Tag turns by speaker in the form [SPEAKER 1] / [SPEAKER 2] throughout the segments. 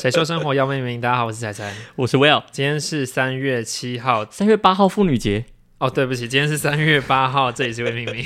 [SPEAKER 1] 谁说生活要命名？大家好，我是彩彩。
[SPEAKER 2] 我是 Will。
[SPEAKER 1] 今天是三月七号，
[SPEAKER 2] 三月八号妇女节，
[SPEAKER 1] 哦，对不起，今天是三月八号，这里是未命名。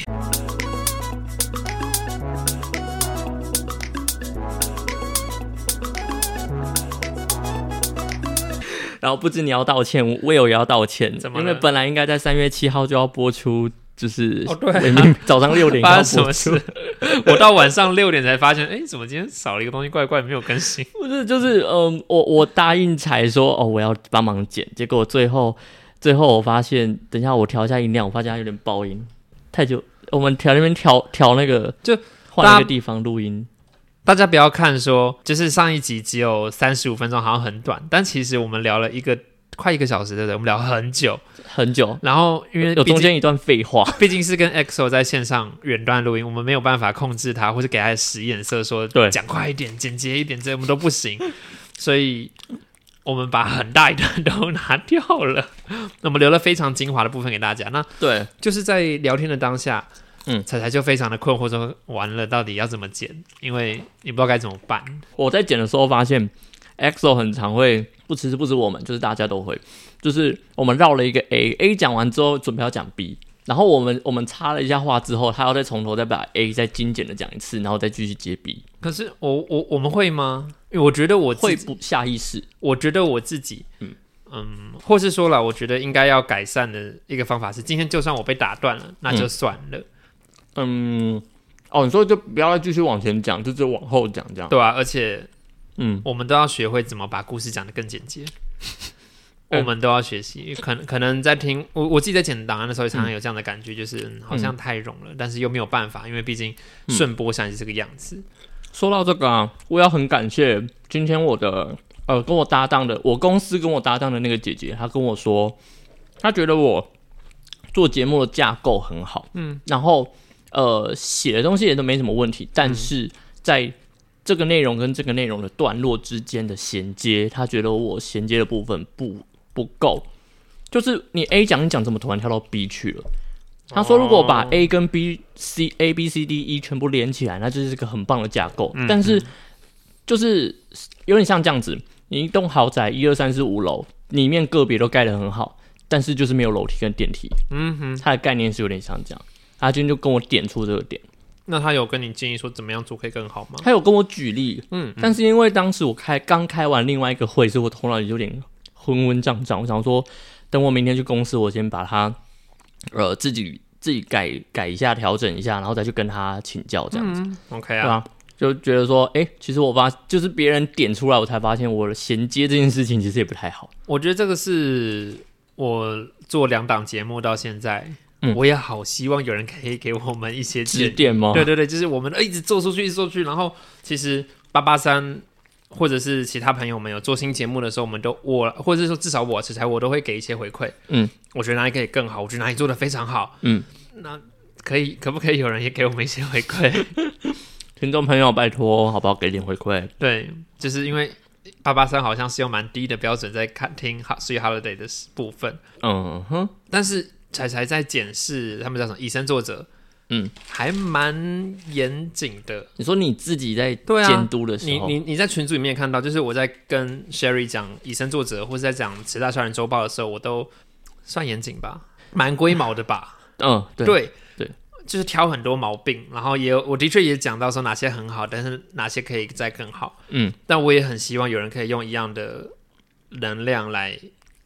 [SPEAKER 2] 然后不知你要道歉，Will 也要道歉，
[SPEAKER 1] 怎么
[SPEAKER 2] 因
[SPEAKER 1] 了
[SPEAKER 2] 为本来应该在三月七号就要播出，就是、
[SPEAKER 1] 哦对啊
[SPEAKER 2] 明明 早上六点
[SPEAKER 1] 发
[SPEAKER 2] 要
[SPEAKER 1] 生什么
[SPEAKER 2] 播出
[SPEAKER 1] 事，？我到晚上六点才发现，哎，怎么今天少了一个东西，怪怪没有更新。
[SPEAKER 2] 不是就是嗯，我我答应才说哦，我要帮忙剪，结果最后最后我发现，等一下我调一下音量，我发现它有点爆音，太久，我们调那边调调那个
[SPEAKER 1] 就
[SPEAKER 2] 换
[SPEAKER 1] 大家
[SPEAKER 2] 一个地方录音，
[SPEAKER 1] 大家不要看说，就是上一集只有三十五分钟，好像很短，但其实我们聊了一个快一个小时，对不对？我们聊很久，
[SPEAKER 2] 很久，
[SPEAKER 1] 然后因为
[SPEAKER 2] 有
[SPEAKER 1] 毕
[SPEAKER 2] 中
[SPEAKER 1] 竟
[SPEAKER 2] 间一段废话，
[SPEAKER 1] 毕竟是跟 EXO 在线上远端录音，我们没有办法控制他，或者给他使眼色说，
[SPEAKER 2] 对
[SPEAKER 1] 讲快一点，简洁一点，这我们都不行，所以我们把很大一段都拿掉了， 那我们留了非常精华的部分给大家。那
[SPEAKER 2] 对，
[SPEAKER 1] 就是在聊天的当下，
[SPEAKER 2] 嗯
[SPEAKER 1] 彩彩就非常的困惑，说完了到底要怎么剪，因为你不知道该怎么办。
[SPEAKER 2] 我在剪的时候发现，EXO 很常会不只是不止我们，就是大家都会，就是我们绕了一个 A，A 讲完之后准备要讲 B，然后我们我们插了一下话之后，他要再从头再把 A 再精简的讲一次，然后再继续接 B，
[SPEAKER 1] 可是我我我们会吗？因为我觉得我自
[SPEAKER 2] 会
[SPEAKER 1] 己
[SPEAKER 2] 不下意识
[SPEAKER 1] 我觉得我自己，嗯
[SPEAKER 2] 嗯
[SPEAKER 1] 或是说了，我觉得应该要改善的一个方法是，今天就算我被打断了，那就算了，
[SPEAKER 2] 嗯。哦，你说就不要再继续往前讲，就只有往后讲这样。
[SPEAKER 1] 对啊，而且
[SPEAKER 2] 嗯，
[SPEAKER 1] 我们都要学会怎么把故事讲得更简洁。我
[SPEAKER 2] 嗯
[SPEAKER 1] 们都要学习，可能可能在听我我自己在剪档案的时候，常常有这样的感觉，就是、嗯好像太冗了，但是又没有办法，因为毕竟顺播下来是这个样子。
[SPEAKER 2] 说到这个啊，我要很感谢今天我的呃跟我搭档的，我公司跟我搭档的那个姐姐，她跟我说，她觉得我做节目的架构很好，嗯，然后呃写的东西也都没什么问题，但是在这个内容跟这个内容的段落之间的衔接，她觉得我衔接的部分不不够，就是你 A 讲一讲，怎么突然跳到 B 去了？他说，如果把
[SPEAKER 1] 哦
[SPEAKER 2] A 跟 B、C、A、B、C、D、E 全部连起来，那就是个很棒的架构。但是就是有点像这样子，你一栋豪宅一二三四五楼，里面个别都盖得很好，但是就是没有楼梯跟电梯。
[SPEAKER 1] 嗯哼，
[SPEAKER 2] 它的概念是有点像这样。他今天就跟我点出这个
[SPEAKER 1] 嗯
[SPEAKER 2] 点，
[SPEAKER 1] 那他有跟你建议说怎么样做可以更好吗？
[SPEAKER 2] 他有跟我举例，
[SPEAKER 1] 嗯，
[SPEAKER 2] 但是因为当时我开刚开完另外一个会，所以我头脑有点昏昏胀胀。我想说，等我明天去公司，我先把它呃自己自己改改一下，调整一下，然后再去跟他请教这样子，
[SPEAKER 1] OK
[SPEAKER 2] 对
[SPEAKER 1] 啊，
[SPEAKER 2] 啊，就觉得说，哎、其实我发就是别人点出来，我才发现我的衔接这件事情其实也不太好。
[SPEAKER 1] 我觉得这个是我做两档节目到现在，
[SPEAKER 2] 嗯哦
[SPEAKER 1] 我也好希望有人可以给我们一些
[SPEAKER 2] 指
[SPEAKER 1] 建议。
[SPEAKER 2] 点吗？
[SPEAKER 1] 对对对，就是我们一直做出去，一直做出去，然后其实八八三或者是其他朋友们有做新节目的时候，我们都我或者是说至少我，其实我都会给一些回馈。
[SPEAKER 2] 嗯，
[SPEAKER 1] 我觉得哪里可以更好，我觉得哪里做的非常好。
[SPEAKER 2] 嗯，
[SPEAKER 1] 那可以可不可以有人也给我们一些回馈？
[SPEAKER 2] 听众朋友，拜托，好不好？给点回馈。
[SPEAKER 1] 对，就是因为八八三好像是用蛮低的标准在看听《好 s w e Holiday》的部分。
[SPEAKER 2] 嗯哼，
[SPEAKER 1] 但是彩彩在检视他们叫什么以身作则，
[SPEAKER 2] 嗯，
[SPEAKER 1] 还蛮严谨的。
[SPEAKER 2] 你说你自己在
[SPEAKER 1] 对啊
[SPEAKER 2] 监督的时
[SPEAKER 1] 你
[SPEAKER 2] 候，
[SPEAKER 1] 你你在群组里面也看到，就是我在跟 Sherry 讲以身作则，或是在讲《十大校园周报》的时候，我都算严谨吧，蛮龟毛的吧？
[SPEAKER 2] 嗯，对，
[SPEAKER 1] 对
[SPEAKER 2] 对
[SPEAKER 1] 就是挑很多毛病，然后也有我的确也讲到说哪些很好，但是哪些可以再更好。
[SPEAKER 2] 嗯，
[SPEAKER 1] 但我也很希望有人可以用一样的能量来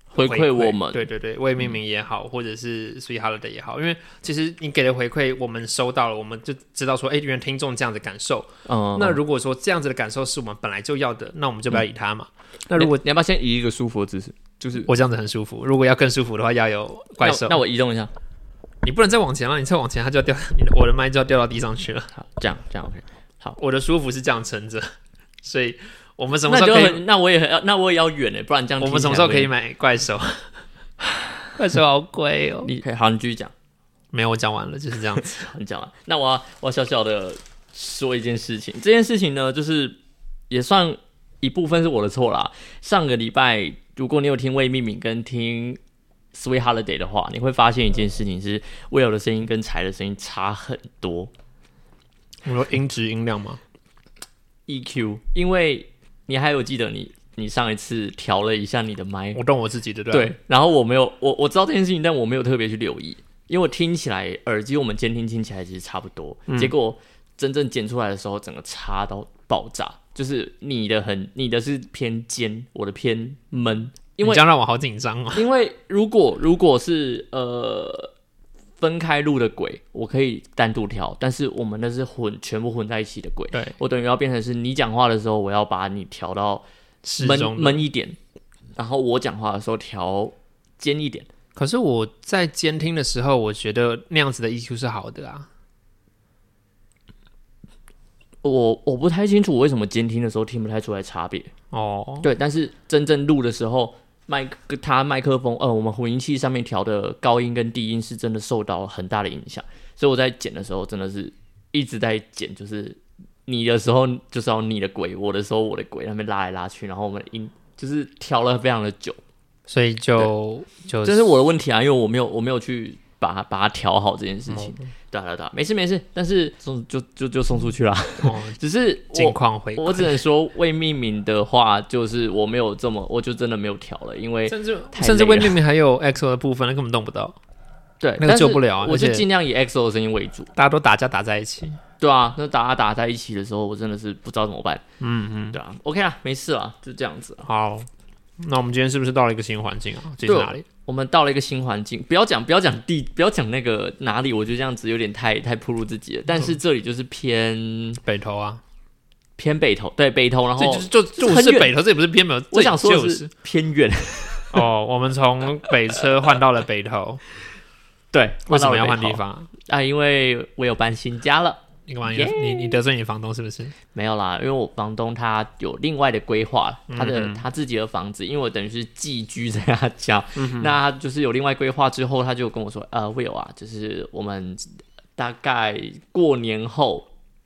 [SPEAKER 2] 回馈我们，嗯
[SPEAKER 1] 对对对，为命名也好，或者是 Sweet Holiday 也好，因为其实你给的回馈，我们收到了，我们就知道说，哎，原来听众这样的感受。
[SPEAKER 2] 嗯，
[SPEAKER 1] 那如果说这样子的感受是我们本来就要的，那我们就不要理他嘛。
[SPEAKER 2] 嗯
[SPEAKER 1] 那如果
[SPEAKER 2] 你要不要先以一个舒服的姿势，就是
[SPEAKER 1] 我这样子很舒服，如果要更舒服的话，要有怪兽。
[SPEAKER 2] 那我移动一下，
[SPEAKER 1] 你不能再往前了，你再往前，它就要掉，你的我的麦就要掉到地上 去了。
[SPEAKER 2] 好，这样这样 OK。
[SPEAKER 1] 我的舒服是这样撑着， 所以我们什么
[SPEAKER 2] 那
[SPEAKER 1] 时候
[SPEAKER 2] 就
[SPEAKER 1] 可以？
[SPEAKER 2] 很，那我也很要，那我也要远哎，不然这样
[SPEAKER 1] 我
[SPEAKER 2] 听
[SPEAKER 1] 们
[SPEAKER 2] 起
[SPEAKER 1] 什
[SPEAKER 2] 来
[SPEAKER 1] 么时候
[SPEAKER 2] 会
[SPEAKER 1] 可以？买怪 兽？怪兽好贵哦！
[SPEAKER 2] 你可以好，你继续讲，
[SPEAKER 1] 没有，我讲完了，就是这样 子。
[SPEAKER 2] 你讲完。那我要我要小小的说一件事情，这件事情呢，就是也算一部分是我的错啦。上个礼拜，如果你有听未命名跟听 Sweet Holiday 的话，你会发现一件事情是 Will 的声音跟柴的声音差很多。
[SPEAKER 1] 我说音质音量吗？
[SPEAKER 2] E EQ，因为你还有记得你你上一次调了一下你的麦，
[SPEAKER 1] 我动我自己的，对不
[SPEAKER 2] 对，然后我没有我我知道这件事情，但我没有特别去留意，因为我听起来耳机我们监听听起来其实差不多，结果真正剪出来的时候，整个差到爆炸，就是你的很你的是偏尖，我的偏闷，
[SPEAKER 1] 你
[SPEAKER 2] 因为
[SPEAKER 1] 这样让我好紧张哦。
[SPEAKER 2] 因为如果如果是呃分开录的轨，我可以单独调，但是我们那是混全部混在一起的轨，
[SPEAKER 1] 对，
[SPEAKER 2] 我等于要变成是你讲话的时候，我要把你调到
[SPEAKER 1] 适
[SPEAKER 2] 闷
[SPEAKER 1] 中的。
[SPEAKER 2] 闷一点，然后我讲话的时候调尖一点。
[SPEAKER 1] 可是我在监听的时候，我觉得那样子的 EQ 是好的啊。
[SPEAKER 2] 我我不太清楚为什么监听的时候听不太出来差别，
[SPEAKER 1] 哦，
[SPEAKER 2] 对，但是真正录的时候，麦克它麦克风，呃，我们混音器上面调的高音跟低音是真的受到很大的影响，所以我在剪的时候真的是一直在剪，就是你的时候就是要你的轨，我的时候我的轨，他们拉来拉去，然后我们的音就是调了非常的久，
[SPEAKER 1] 所以就就哦
[SPEAKER 2] 这是我的问题啊，因为我没有我没有去把它把它调好这件事情，
[SPEAKER 1] 哦
[SPEAKER 2] 对啊对啊对啊，没事没事，但是送就就就送出去啦，
[SPEAKER 1] 哦
[SPEAKER 2] 只是我
[SPEAKER 1] 近况回
[SPEAKER 2] 我只能说，未命名的话，就是我没有这么，我就真的没有调了，因为
[SPEAKER 1] 甚至
[SPEAKER 2] 太累了
[SPEAKER 1] 甚至未命名还有 XO 的部分，那根本动不到，
[SPEAKER 2] 对
[SPEAKER 1] 那个
[SPEAKER 2] 但是
[SPEAKER 1] 救不了啊
[SPEAKER 2] 我
[SPEAKER 1] 而
[SPEAKER 2] 就
[SPEAKER 1] 且
[SPEAKER 2] 尽量以 XO 的声音为主。
[SPEAKER 1] 大家都打架打在一起。
[SPEAKER 2] 对啊，那打打在一起的时候，我真的是不知道怎么办。嗯嗯，对啊，OK 啊，没事啊，就这样子啊。
[SPEAKER 1] 好，那我们今天是不是到了一个新环境啊？这是
[SPEAKER 2] 对
[SPEAKER 1] 哪里？
[SPEAKER 2] 我们到了一个新环境，不要讲不要讲地，不要讲那个哪里，我觉得这样子有点太太暴露自己了。但
[SPEAKER 1] 嗯
[SPEAKER 2] 是这里就是偏
[SPEAKER 1] 北投啊，
[SPEAKER 2] 偏北头，对北头，然
[SPEAKER 1] 这
[SPEAKER 2] 后
[SPEAKER 1] 就是就
[SPEAKER 2] 哦这很
[SPEAKER 1] 就是
[SPEAKER 2] 远
[SPEAKER 1] 北投，这也不是偏北投，
[SPEAKER 2] 我想说
[SPEAKER 1] 这
[SPEAKER 2] 的
[SPEAKER 1] 就是
[SPEAKER 2] 偏远，
[SPEAKER 1] 哦，我们从北车换到了北投，
[SPEAKER 2] 对，
[SPEAKER 1] 为什么要换
[SPEAKER 2] 到了
[SPEAKER 1] 地
[SPEAKER 2] 北头
[SPEAKER 1] 方啊？
[SPEAKER 2] 啊？因为我有搬新家了。
[SPEAKER 1] 你干嘛？你你你得罪你房东是不是？
[SPEAKER 2] 没有啦，因为我房东他有另外的规划，他的、
[SPEAKER 1] 嗯哼
[SPEAKER 2] 他自己的房子，因为我等于是寄居在他家，
[SPEAKER 1] 嗯
[SPEAKER 2] 那他就是有另外规划之后，他就跟我说，呃，Will 啊，就是我们大概过年后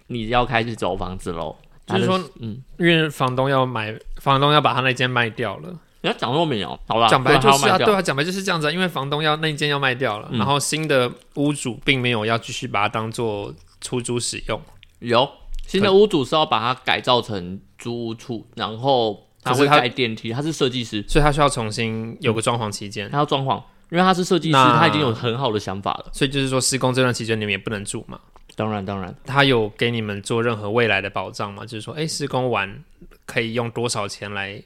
[SPEAKER 2] 你要开始找房子喽，
[SPEAKER 1] 就是说
[SPEAKER 2] 他嗯，
[SPEAKER 1] 因为房东要买，房东要把他那间卖掉了。
[SPEAKER 2] 你要讲那么明哦，好啦，
[SPEAKER 1] 讲白就是啊，
[SPEAKER 2] 啊，
[SPEAKER 1] 对啊，讲白就是这样子啊，因为房东要那一间要卖掉了，
[SPEAKER 2] 嗯
[SPEAKER 1] 然后新的屋主并没有要继续把它当做出租使用，
[SPEAKER 2] 有新的屋主是要把它改造成租屋处，然后他
[SPEAKER 1] 可是
[SPEAKER 2] 会
[SPEAKER 1] 他
[SPEAKER 2] 盖电梯，他是设计师，
[SPEAKER 1] 所以他需要重新有个装潢期间。
[SPEAKER 2] 他要装潢，因为他是设计师，
[SPEAKER 1] 那
[SPEAKER 2] 他已经有很好的想法了，
[SPEAKER 1] 所以就是说，施工这段期间你们也不能住嘛。
[SPEAKER 2] 当然当然。
[SPEAKER 1] 他有给你们做任何未来的保障吗？就是说，哎，施工完可以用多少钱来？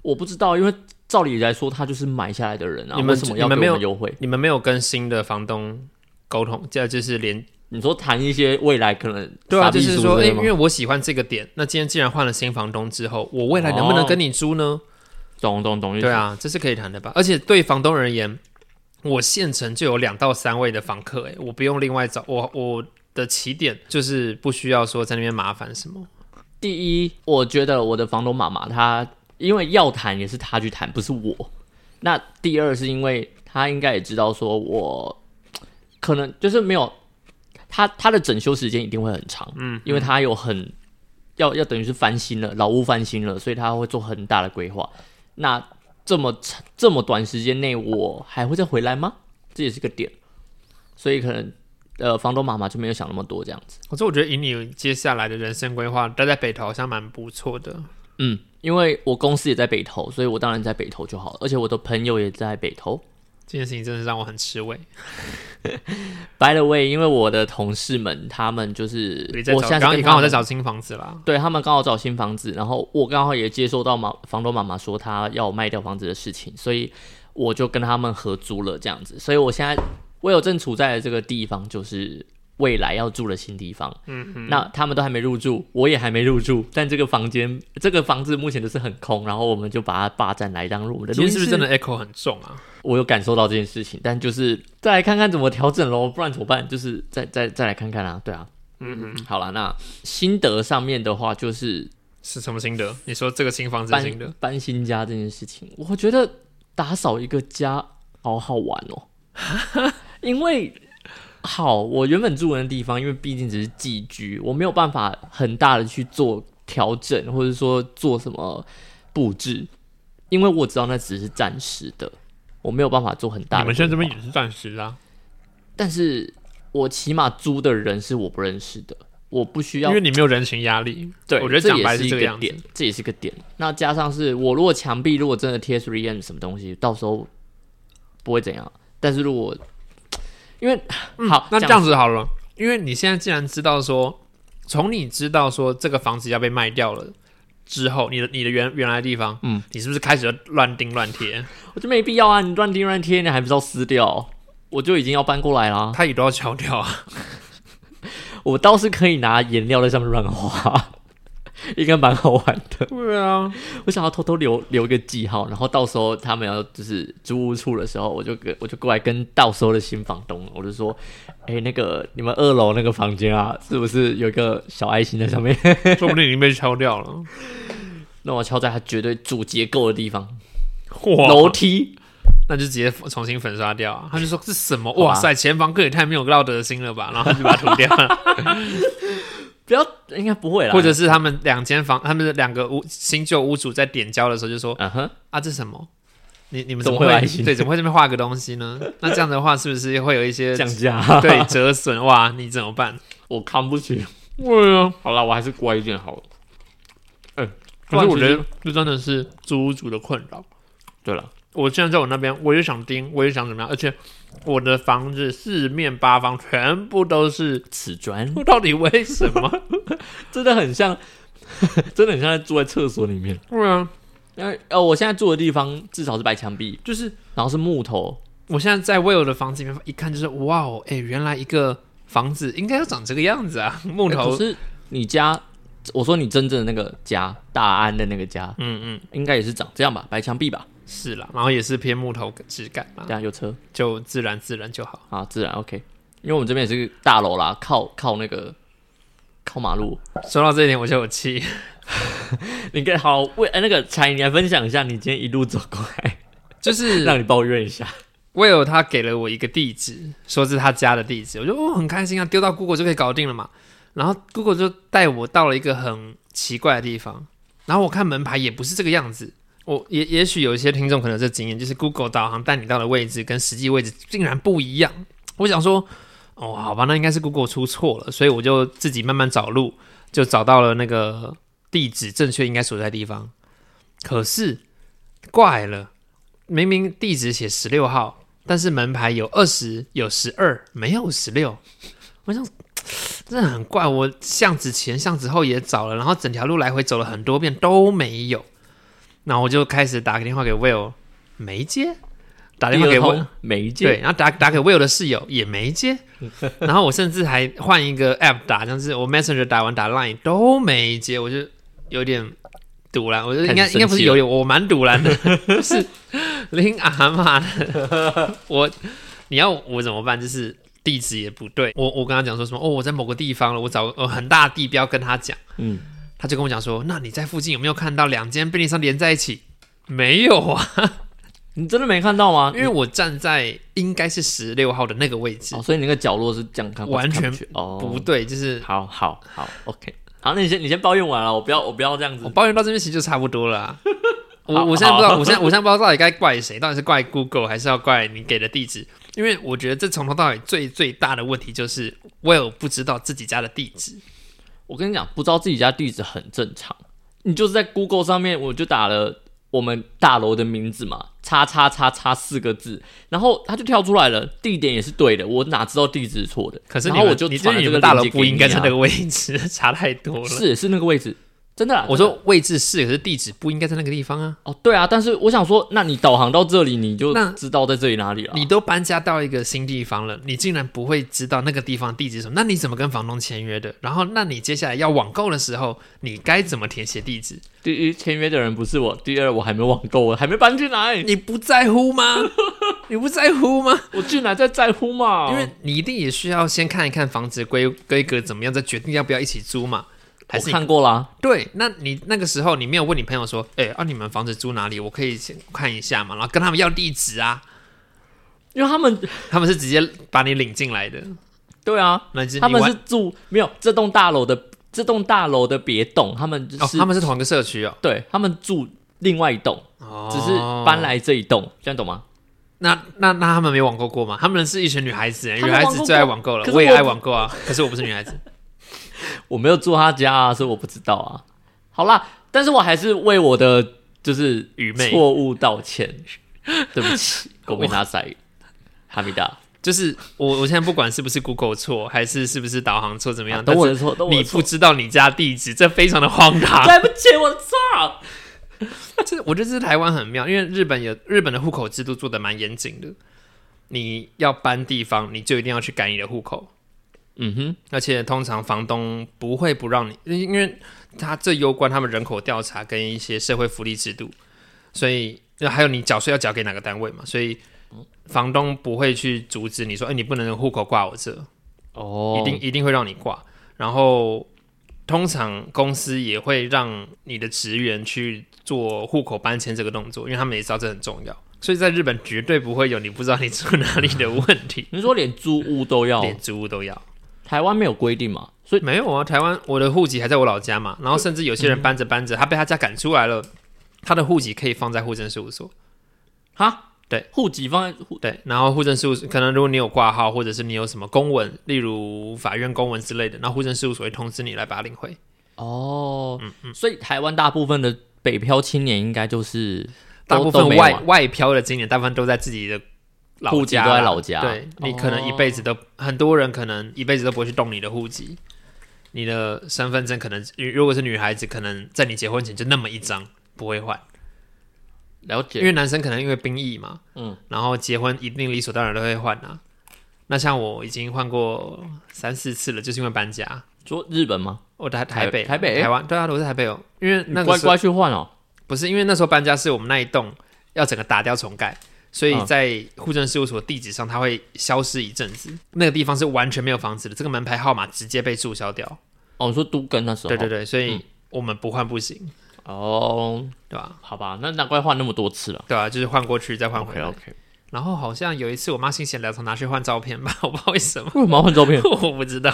[SPEAKER 2] 我不知道，因为照理来说，他就是买下来的人啊，
[SPEAKER 1] 你们
[SPEAKER 2] 为什么要
[SPEAKER 1] 你们
[SPEAKER 2] 给我
[SPEAKER 1] 没有
[SPEAKER 2] 们优惠？
[SPEAKER 1] 你们没有跟新的房东沟通，这就是连
[SPEAKER 2] 你说谈一些未来可能
[SPEAKER 1] 对啊，
[SPEAKER 2] 傻
[SPEAKER 1] 就
[SPEAKER 2] 逼
[SPEAKER 1] 是
[SPEAKER 2] 族
[SPEAKER 1] 说，
[SPEAKER 2] 之
[SPEAKER 1] 哎、
[SPEAKER 2] 类
[SPEAKER 1] 因
[SPEAKER 2] 吗
[SPEAKER 1] 为我喜欢这个点，那今天既然换了新房东之后，我未来能不能跟你租呢？
[SPEAKER 2] 懂懂懂，
[SPEAKER 1] 对，啊，这是可以谈的吧？而且对房东而言，我现成就有两到三位的房客、哎，我不用另外找我我的起点就是不需要说在那边麻烦什么。
[SPEAKER 2] 第一，我觉得我的房东妈妈她因为要谈也是她去谈，不是我。那第二是因为她应该也知道说我可能就是没有她她的整修时间一定会很长，嗯，因为她有很要要等于是翻新了，老屋翻新了，所以她会做很大的规划。那这么长这么短时间内，我还会再回来吗？这也是个点，所以可能呃，房东妈妈就没有想那么多这样子。
[SPEAKER 1] 可是我觉得以你接下来的人生规划，待在北投好像蛮不错的。
[SPEAKER 2] 嗯，因为我公司也在北投，所以我当然在北投就好了。而且我的朋友也在北投。
[SPEAKER 1] 这件事情真的让我很吃味。
[SPEAKER 2] By the way，因为我的同事们他们就是
[SPEAKER 1] 你在
[SPEAKER 2] 我
[SPEAKER 1] 找，
[SPEAKER 2] 现在
[SPEAKER 1] 刚刚
[SPEAKER 2] 跟
[SPEAKER 1] 也
[SPEAKER 2] 他
[SPEAKER 1] 刚好在
[SPEAKER 2] 们，
[SPEAKER 1] 找新房子啦。
[SPEAKER 2] 对他们刚好找新房子，然后我刚好也接收到妈房东妈妈说她要卖掉房子的事情，所以我就跟他们合租了这样子。所以我现在我有正处在的这个地方就是。未来要住的新地方，嗯嗯，那他们都还没入住，我也还没入住，但这个房间，这个房子目前就是很空，然后我们就把它霸占来当我们的录
[SPEAKER 1] 今
[SPEAKER 2] 音
[SPEAKER 1] 天是
[SPEAKER 2] 室。
[SPEAKER 1] 不是真的 echo 很重啊？
[SPEAKER 2] 我有感受到这件事情，但就是再来看看怎么调整咯，不然怎么办？就是再再再来看看啊，对啊，嗯嗯，好了，那心得上面的话，就是
[SPEAKER 1] 是什么心得？你说这个新房子的
[SPEAKER 2] 搬
[SPEAKER 1] 心得？
[SPEAKER 2] 搬新家这件事情，我觉得打扫一个家好好玩哦， 因为好，我原本住的地方，因为毕竟只是寄居，我没有办法很大的去做调整，或者说做什么布置，因为我知道那只是暂时的。我没有办法做很大的规划。
[SPEAKER 1] 你们现在这边也是暂时啊。
[SPEAKER 2] 但是我起码租的人是我不认识的，我不需要
[SPEAKER 1] 因为你没有人情压力。
[SPEAKER 2] 对，
[SPEAKER 1] 我觉得
[SPEAKER 2] 这
[SPEAKER 1] 讲
[SPEAKER 2] 也
[SPEAKER 1] 白
[SPEAKER 2] 是
[SPEAKER 1] 是
[SPEAKER 2] 一
[SPEAKER 1] 这个样
[SPEAKER 2] 点
[SPEAKER 1] 子。，
[SPEAKER 2] 这也是个点。那加上是我如果墙壁如果真的贴 3M 什么东西，到时候不会怎样。但是如果因为、好，
[SPEAKER 1] 嗯那这
[SPEAKER 2] 讲
[SPEAKER 1] 样子好了，因为你现在既然知道说，从你知道说这个房子要被卖掉了之后，你的你的原原来的地方，
[SPEAKER 2] 嗯，
[SPEAKER 1] 你是不是开始乱钉乱贴？
[SPEAKER 2] 我就没必要啊！你乱贴乱贴，你还不知道撕掉？我就已经要搬过来啦，
[SPEAKER 1] 他也都要敲掉啊？
[SPEAKER 2] 我倒是可以拿颜料在上面乱画， 应该蛮好玩的。
[SPEAKER 1] 对啊，
[SPEAKER 2] 我想要偷偷留留一个记号，然后到时候他们要就是租屋处的时候，我就跟我就过来跟到时候的新房东，我就说，哎、那个你们二楼那个房间啊，是不是有一个小爱心在上面？
[SPEAKER 1] 说不定已经被敲掉了。
[SPEAKER 2] 那我敲在它绝对主结构的地方，
[SPEAKER 1] 哇
[SPEAKER 2] 楼梯。
[SPEAKER 1] 那就直接重新粉刷掉啊！他就说这什么？
[SPEAKER 2] 好吧
[SPEAKER 1] 哇塞，前房客也太没有道德心了吧！然后他就把它涂掉 了，
[SPEAKER 2] 不要，应该不会啦。
[SPEAKER 1] 或者是他们两间房，他们两个屋新旧屋主在点交的时候就说
[SPEAKER 2] 嗯哼，
[SPEAKER 1] 啊，这什么？你你们怎
[SPEAKER 2] 怎
[SPEAKER 1] 么
[SPEAKER 2] 么会
[SPEAKER 1] 会
[SPEAKER 2] 有爱心
[SPEAKER 1] 对？怎么会这边画个东西 呢？那这样的话是不是会有一些
[SPEAKER 2] 降价，
[SPEAKER 1] 对折损？哇，你怎么办？
[SPEAKER 2] 我扛不起。
[SPEAKER 1] 对啊，
[SPEAKER 2] 好啦，我还是乖一点好了。嗯，
[SPEAKER 1] 可是我觉得这真的是租屋主的困扰。
[SPEAKER 2] 对了，
[SPEAKER 1] 我现在在我那边，我也想盯，我也想怎么样，而且我的房子四面八方全部都是，
[SPEAKER 2] 瓷砖
[SPEAKER 1] 我到底为什么？
[SPEAKER 2] 真的很像， 真的很像在住在厕所里面。
[SPEAKER 1] 对啊，
[SPEAKER 2] 因为呃，我现在住的地方至少是白墙壁，
[SPEAKER 1] 就是
[SPEAKER 2] 然后是木头，
[SPEAKER 1] 我现在在 Will 的房子里面一看，就是哇哦，哎、原来一个房子应该要长这个样子啊，木
[SPEAKER 2] 哎
[SPEAKER 1] 头，
[SPEAKER 2] 可是你家，我说你真正的那个家，大安的那个家，
[SPEAKER 1] 嗯嗯，
[SPEAKER 2] 应该也是长这样吧，白墙壁吧？
[SPEAKER 1] 是啦，然后也是偏木头质感嘛
[SPEAKER 2] 这，样有车
[SPEAKER 1] 就自然自然就好。
[SPEAKER 2] 啊，自然 OK。因为我们这边也是大楼啦，靠靠那个靠马路。
[SPEAKER 1] 说到这一点，我就有气，
[SPEAKER 2] 你跟好为哎那个彩，你来分享一下你今天一路走过来，
[SPEAKER 1] 就是
[SPEAKER 2] 让你抱怨一下。
[SPEAKER 1] Will 他给了我一个地址，说是他家的地址，我就哦很开心啊，丢到 Google 就可以搞定了嘛。然后 Google 就带我到了一个很奇怪的地方，然后我看门牌也不是这个样子。我也也许有一些听众可能有这经验，就是 Google 导航带你到的位置跟实际位置竟然不一样。我想说，哦，好吧，那应该是 Google 出错了，所以我就自己慢慢找路，就找到了那个地址正确应该所在地方。可是怪了，明明地址写十六号，但是门牌有二十，有十二，没有十六。我想，真的很怪。我巷子前、巷子后也找了，然后整条路来回走了很多遍都没有。那我就开始打个电话给 Will，没接。打电话给
[SPEAKER 2] 第二
[SPEAKER 1] Will，
[SPEAKER 2] 通每一
[SPEAKER 1] 对，
[SPEAKER 2] 件，
[SPEAKER 1] 然后打打给 Will 的室友也没 接，然后我甚至还换一个 App 打，像是我 Messenger 打完打 Line 都没接，我就有点堵然，我就应
[SPEAKER 2] 开
[SPEAKER 1] 该
[SPEAKER 2] 始
[SPEAKER 1] 应该不
[SPEAKER 2] 生气
[SPEAKER 1] 是
[SPEAKER 2] 了
[SPEAKER 1] 有点，我蛮堵 然的，就是拎阿妈的，我你要我怎么办？就是地址也不对，我我跟他讲说什么哦，我在某个地方了，我找呃很大的地标跟他讲，
[SPEAKER 2] 嗯，
[SPEAKER 1] 他就跟我讲说，那你在附近有没有看到两间便利商店连在一起？没有啊。
[SPEAKER 2] 你真的没看到吗？
[SPEAKER 1] 因为我站在应该是十六号的那个位置，
[SPEAKER 2] 哦，所以你那个角落是这样看，
[SPEAKER 1] 完全
[SPEAKER 2] 看不去哦，
[SPEAKER 1] 不对，就是
[SPEAKER 2] 好好好，OK。好，那你先你先抱怨完了，我不要我不要这样子
[SPEAKER 1] 我。抱怨到这边其实就差不多了 啊、我
[SPEAKER 2] 好
[SPEAKER 1] 我现在不知
[SPEAKER 2] 好
[SPEAKER 1] 道，我现在我现在不知道到底该怪谁，到底是怪 Google 还是要怪你给的地址？因为我觉得这从头到尾最最大的问题就是 Will 不知道自己家的地址。
[SPEAKER 2] 我跟你讲，不知道自己家地址很正常。你就是在 Google 上面，我就打了我们大楼的名字嘛，叉叉叉叉四个字，然后它就跳出来了，地点也是对的，我哪知道地址是错的？
[SPEAKER 1] 可是你
[SPEAKER 2] 然
[SPEAKER 1] 们
[SPEAKER 2] 后我就
[SPEAKER 1] 你
[SPEAKER 2] 传了
[SPEAKER 1] 你
[SPEAKER 2] 这
[SPEAKER 1] 们大楼
[SPEAKER 2] 链接
[SPEAKER 1] 不
[SPEAKER 2] 给
[SPEAKER 1] 应该
[SPEAKER 2] 你
[SPEAKER 1] 在
[SPEAKER 2] 啊
[SPEAKER 1] 那个位置， 差太多了。
[SPEAKER 2] 是啊是那个位置，真的啦。
[SPEAKER 1] 我
[SPEAKER 2] 真的
[SPEAKER 1] 说位置是，可是地址不应该在那个地方啊！
[SPEAKER 2] 哦，对啊，但是我想说，那你导航到这里，你就
[SPEAKER 1] 那
[SPEAKER 2] 知道在这里哪里了。
[SPEAKER 1] 你都搬家到一个新地方了，你竟然不会知道那个地方地址是什么？那你怎么跟房东签约的？然后，那你接下来要网购的时候，你该怎么填写地 址？
[SPEAKER 2] 第一签约的人不是我，第二我还没网购，我还没搬进来，
[SPEAKER 1] 你不在乎吗？ 你不在乎吗？
[SPEAKER 2] 我进来再在乎嘛。
[SPEAKER 1] 因为你一定也需要先看一看房子规规格怎么样，再决定要不要一起租嘛。还
[SPEAKER 2] 我
[SPEAKER 1] 是你
[SPEAKER 2] 看过啦，
[SPEAKER 1] 对，那你那个时候你没有问你朋友说，哎、啊，你们房子租哪里？我可以先看一下嘛，然后跟他们要地址啊。
[SPEAKER 2] 因为他们
[SPEAKER 1] 他们是直接把你领进来的，
[SPEAKER 2] 对啊，
[SPEAKER 1] 那就是
[SPEAKER 2] 他
[SPEAKER 1] 你
[SPEAKER 2] 们
[SPEAKER 1] 完
[SPEAKER 2] 是住没有这栋大楼的这栋大楼的别栋，他们就
[SPEAKER 1] 哦，
[SPEAKER 2] 是、
[SPEAKER 1] 他们是同一个社区哦，
[SPEAKER 2] 对他们住另外一栋，只是搬。来这一栋，这样懂吗？
[SPEAKER 1] 那那那他们没网购过吗？他们是一群女孩子，
[SPEAKER 2] 他们
[SPEAKER 1] 女孩子最爱网购了
[SPEAKER 2] 网购，过
[SPEAKER 1] 我也
[SPEAKER 2] 可是我
[SPEAKER 1] 爱网购啊。可是我不是女孩子，
[SPEAKER 2] 我没有住他家啊，所以我不知道啊。好啦，但是我还是为我的就是
[SPEAKER 1] 愚昧
[SPEAKER 2] 错误道歉，对 不起，狗没拿塞，哈密达，
[SPEAKER 1] 就是我我现在不管是不是 Google 错，还是是不是导航错怎么样，
[SPEAKER 2] 啊等我
[SPEAKER 1] 但
[SPEAKER 2] 的
[SPEAKER 1] 是
[SPEAKER 2] 错，等我
[SPEAKER 1] 你
[SPEAKER 2] 的
[SPEAKER 1] 不
[SPEAKER 2] 错，
[SPEAKER 1] 知道你家地址，这非常的荒唐。
[SPEAKER 2] 对不起，我的错。
[SPEAKER 1] 这我觉得这是台湾很妙，因为日本有日本的户口制度做的蛮严谨的，你要搬地方，你就一定要去改你的户口，
[SPEAKER 2] 嗯哼，
[SPEAKER 1] 而且通常房东不会不让你，因因为他这攸关他们人口调查跟一些社会福利制度，所以那还有你缴税要缴给哪个单位嘛，所以房东不会去阻止你说，哎，你不能户口挂我这，
[SPEAKER 2] 哦，
[SPEAKER 1] 一定一定会让你挂。然后通常公司也会让你的职员去做户口搬迁这个动作，因为他们也知道这很重要。所以在日本绝对不会有你不知道你住哪里的问题
[SPEAKER 2] 你说连租屋都要？
[SPEAKER 1] 连租屋都要。
[SPEAKER 2] 台湾没有规定嘛，所以
[SPEAKER 1] 没有啊，台湾我的户籍还在我老家嘛，然后甚至有
[SPEAKER 2] 嗯
[SPEAKER 1] 些人搬着搬着，他被他家赶出来了，他的户籍可以放在户政事务所。
[SPEAKER 2] 哈，
[SPEAKER 1] 对，
[SPEAKER 2] 户籍放在户
[SPEAKER 1] 对，然后户政事务所可能如果你有挂号，或者是你有什么公文，例如法院公文之类的，那户政事务所会通知你来把它领回。
[SPEAKER 2] 哦，
[SPEAKER 1] 嗯
[SPEAKER 2] 所以台湾大部分的北漂青年应该就是
[SPEAKER 1] 大
[SPEAKER 2] 都
[SPEAKER 1] 部
[SPEAKER 2] 都
[SPEAKER 1] 分
[SPEAKER 2] 没啊
[SPEAKER 1] 外
[SPEAKER 2] 玩
[SPEAKER 1] 外漂的青年，大部分都在自己的老
[SPEAKER 2] 户籍
[SPEAKER 1] 家
[SPEAKER 2] 都
[SPEAKER 1] 啦，
[SPEAKER 2] 在老家，
[SPEAKER 1] 对你可能一
[SPEAKER 2] 哦
[SPEAKER 1] 辈子都、很多人可能一辈子都不会去动你的户籍，你的身份证可能如果是女孩子，可能在你结婚前就那么一张不会换，
[SPEAKER 2] 了
[SPEAKER 1] 因
[SPEAKER 2] 解，
[SPEAKER 1] 为男生可能因为兵役嘛，
[SPEAKER 2] 嗯，
[SPEAKER 1] 然后结婚一定理所当然都会换啊。那像我已经换过三四次了，就是因为搬家。
[SPEAKER 2] 说日本吗？
[SPEAKER 1] 我台
[SPEAKER 2] 台
[SPEAKER 1] 台北、
[SPEAKER 2] 台北
[SPEAKER 1] 台湾，对啊，我是台北哦。因为那
[SPEAKER 2] 你
[SPEAKER 1] 个
[SPEAKER 2] 乖
[SPEAKER 1] 时候
[SPEAKER 2] 乖去换哦，
[SPEAKER 1] 不是因为那时候搬家是我们那一栋要整个打掉重盖，所以
[SPEAKER 2] 嗯
[SPEAKER 1] 在户政事务所地址上它会消失一阵子，那个地方是完全没有房子的，这个门牌号码直接被注销掉。
[SPEAKER 2] 哦，你说都跟那时候，
[SPEAKER 1] 对对对，所
[SPEAKER 2] 嗯
[SPEAKER 1] 以我们不换不行，
[SPEAKER 2] 哦，
[SPEAKER 1] 对吧？
[SPEAKER 2] 好吧，那难怪换那么多次了。
[SPEAKER 1] 对啊，就是换过去再换回
[SPEAKER 2] OK
[SPEAKER 1] 来。
[SPEAKER 2] OK，
[SPEAKER 1] 然后好像有一次我妈心血来潮拿去换照片吧， 我不知道为什么，
[SPEAKER 2] 为什么要换 照片？
[SPEAKER 1] 我不知道，